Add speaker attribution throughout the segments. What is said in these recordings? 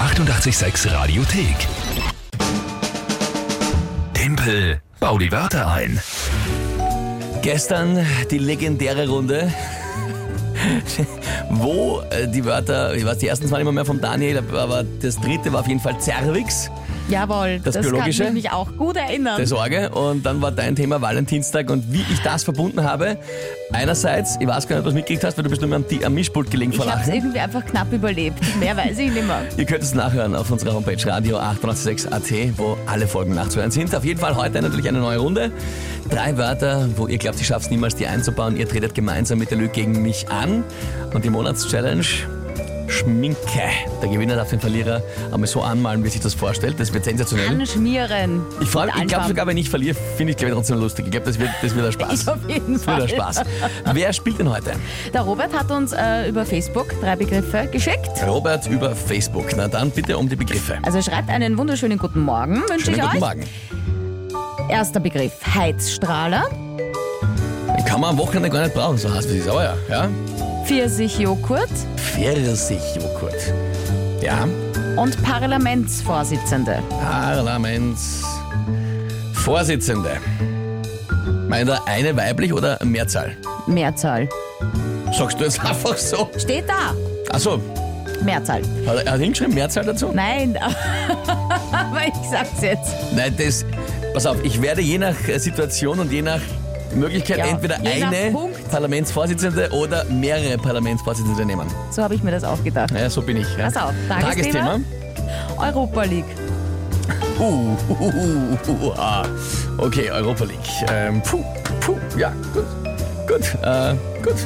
Speaker 1: 886 Radiothek. Tempel, bau die Wörter ein.
Speaker 2: Gestern die legendäre Runde, wo äh, die Wörter, ich weiß, die ersten zwei immer mehr vom Daniel, aber das dritte war auf jeden Fall Cervix,
Speaker 3: Jawohl,
Speaker 2: Das
Speaker 3: das,
Speaker 2: Biologische?
Speaker 3: kann ich mich auch gut erinnern.
Speaker 2: der Sorge. Und dann war dein Thema Valentinstag und wie ich das verbunden habe. Einerseits, ich weiß gar nicht, ob du es mitgekriegt hast, weil du bist nur mehr am, Ti- am Mischpult gelegen vor
Speaker 3: ich habe es
Speaker 2: Lachen.
Speaker 3: irgendwie einfach knapp überlebt. Mehr weiß ich nicht mehr.
Speaker 2: Ihr könnt es nachhören auf unserer Homepage radio 886.at, wo alle Folgen nachzuhören sind. Auf jeden Fall heute natürlich eine neue Runde. Drei Wörter, wo ihr glaubt, ich schaff's niemals, die einzubauen. Ihr tretet gemeinsam mit der Lüge gegen mich an. Und die Monatschallenge Schminke. Der Gewinner darf den Verlierer einmal so anmalen, wie sich das vorstellt. Das wird sensationell.
Speaker 3: Anschmieren.
Speaker 2: Hm? Ich freue
Speaker 3: mit
Speaker 2: mich, ich glaube
Speaker 3: Anschwamm.
Speaker 2: sogar, wenn ich verliere, finde ich glaube ich trotzdem lustig. Ich glaube, das wird, das wird ein Spaß.
Speaker 3: Ich auf jeden
Speaker 2: Das wird ein
Speaker 3: Fall.
Speaker 2: Spaß. Wer spielt denn heute?
Speaker 3: Der Robert hat uns äh, über Facebook drei Begriffe geschickt.
Speaker 2: Robert über Facebook. Na dann bitte um die Begriffe.
Speaker 3: Also schreibt einen wunderschönen guten Morgen, wünsche ich
Speaker 2: Schönen guten
Speaker 3: euch.
Speaker 2: Morgen.
Speaker 3: Erster Begriff, Heizstrahler,
Speaker 2: Den kann man am Wochenende gar nicht brauchen, so heiß wie es ist. Aber ja, ja.
Speaker 3: Pfirsichjoghurt
Speaker 2: Pfirsichjoghurt. Ja,
Speaker 3: und Parlamentsvorsitzende.
Speaker 2: Parlamentsvorsitzende. Meint er eine weiblich oder Mehrzahl?
Speaker 3: Mehrzahl.
Speaker 2: Sagst du jetzt einfach so?
Speaker 3: Steht da,
Speaker 2: Achso,
Speaker 3: Mehrzahl.
Speaker 2: hat er hat er hingeschrieben Mehrzahl dazu?
Speaker 3: Nein, aber ich sag's jetzt.
Speaker 2: Nein, das, pass auf, ich werde je nach äh, Situation und je nach Möglichkeit
Speaker 3: Ja,
Speaker 2: entweder
Speaker 3: je nach
Speaker 2: eine
Speaker 3: Punkt.
Speaker 2: Parlamentsvorsitzende oder mehrere Parlamentsvorsitzende nehmen.
Speaker 3: So habe ich mir das auch gedacht.
Speaker 2: Naja, so bin ich. Ja.
Speaker 3: Pass auf,
Speaker 2: Tagesthema.
Speaker 3: Tagesthema. Europa League.
Speaker 2: Uh, uh, uh, uh, uh, ah. Okay, Europa League. Ähm, puh, puh, ja, gut. Gut, äh, gut.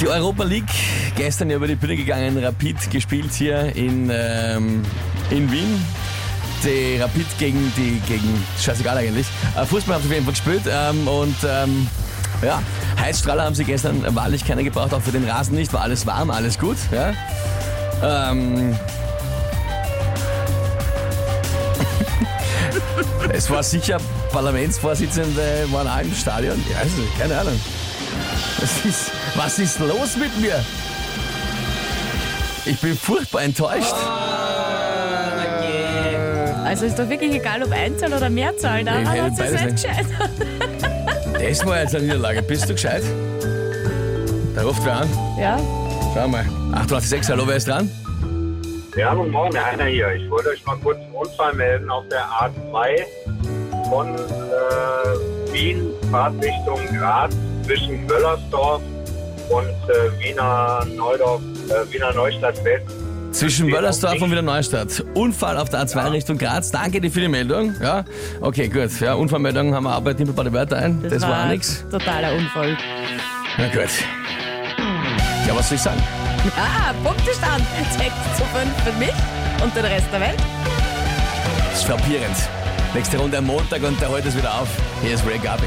Speaker 2: Die Europa League, gestern ja über die Bühne gegangen, Rapid gespielt hier in, ähm, in Wien. Die Rapid gegen die, gegen, scheißegal eigentlich. Äh, Fußball haben sie auf jeden Fall gespielt ähm, und ähm, ja, Heizstrahler haben sie gestern wahrlich keiner gebraucht, auch für den Rasen nicht, war alles warm, alles gut. Ja. Ähm. es war sicher Parlamentsvorsitzende waren auch im Stadion. Ich weiß nicht, keine Ahnung. Was ist, was ist los mit mir? Ich bin furchtbar enttäuscht.
Speaker 3: Also ist doch wirklich egal, ob Einzahl oder Mehrzahl. Da
Speaker 2: Ich hätte
Speaker 3: hat sich
Speaker 2: beides
Speaker 3: nicht gescheitert.
Speaker 2: Das war jetzt eine Niederlage. Bist du gescheit? Da ruft wer an.
Speaker 3: Ja,
Speaker 2: Schau mal. 886, hallo, wer ist dran?
Speaker 4: Ja, guten Morgen, der Heiner hier. Ich wollte euch mal kurz einen Unfall melden auf der A2 von äh, Wien, Fahrt Richtung Graz, zwischen Möllersdorf und äh, Wiener, Neudorf, äh, Wiener Neustadt West.
Speaker 2: Zwischen Wöllersdorf und wieder Neustadt. Unfall auf der A2 Richtung Graz. Danke dir für die Meldung. Ja, okay, gut. Ja, Unfallmeldung haben wir aber Timpel bei den Wörter ein. Das, war, nix.
Speaker 3: Totaler Unfall.
Speaker 2: Na gut. Ja, was soll ich sagen?
Speaker 3: Ah, Punktestand. 6 zu 5 für mich und den Rest der Welt.
Speaker 2: Das ist frappierend. Nächste Runde am Montag und da holt es wieder auf. Hier ist Ray Gabi.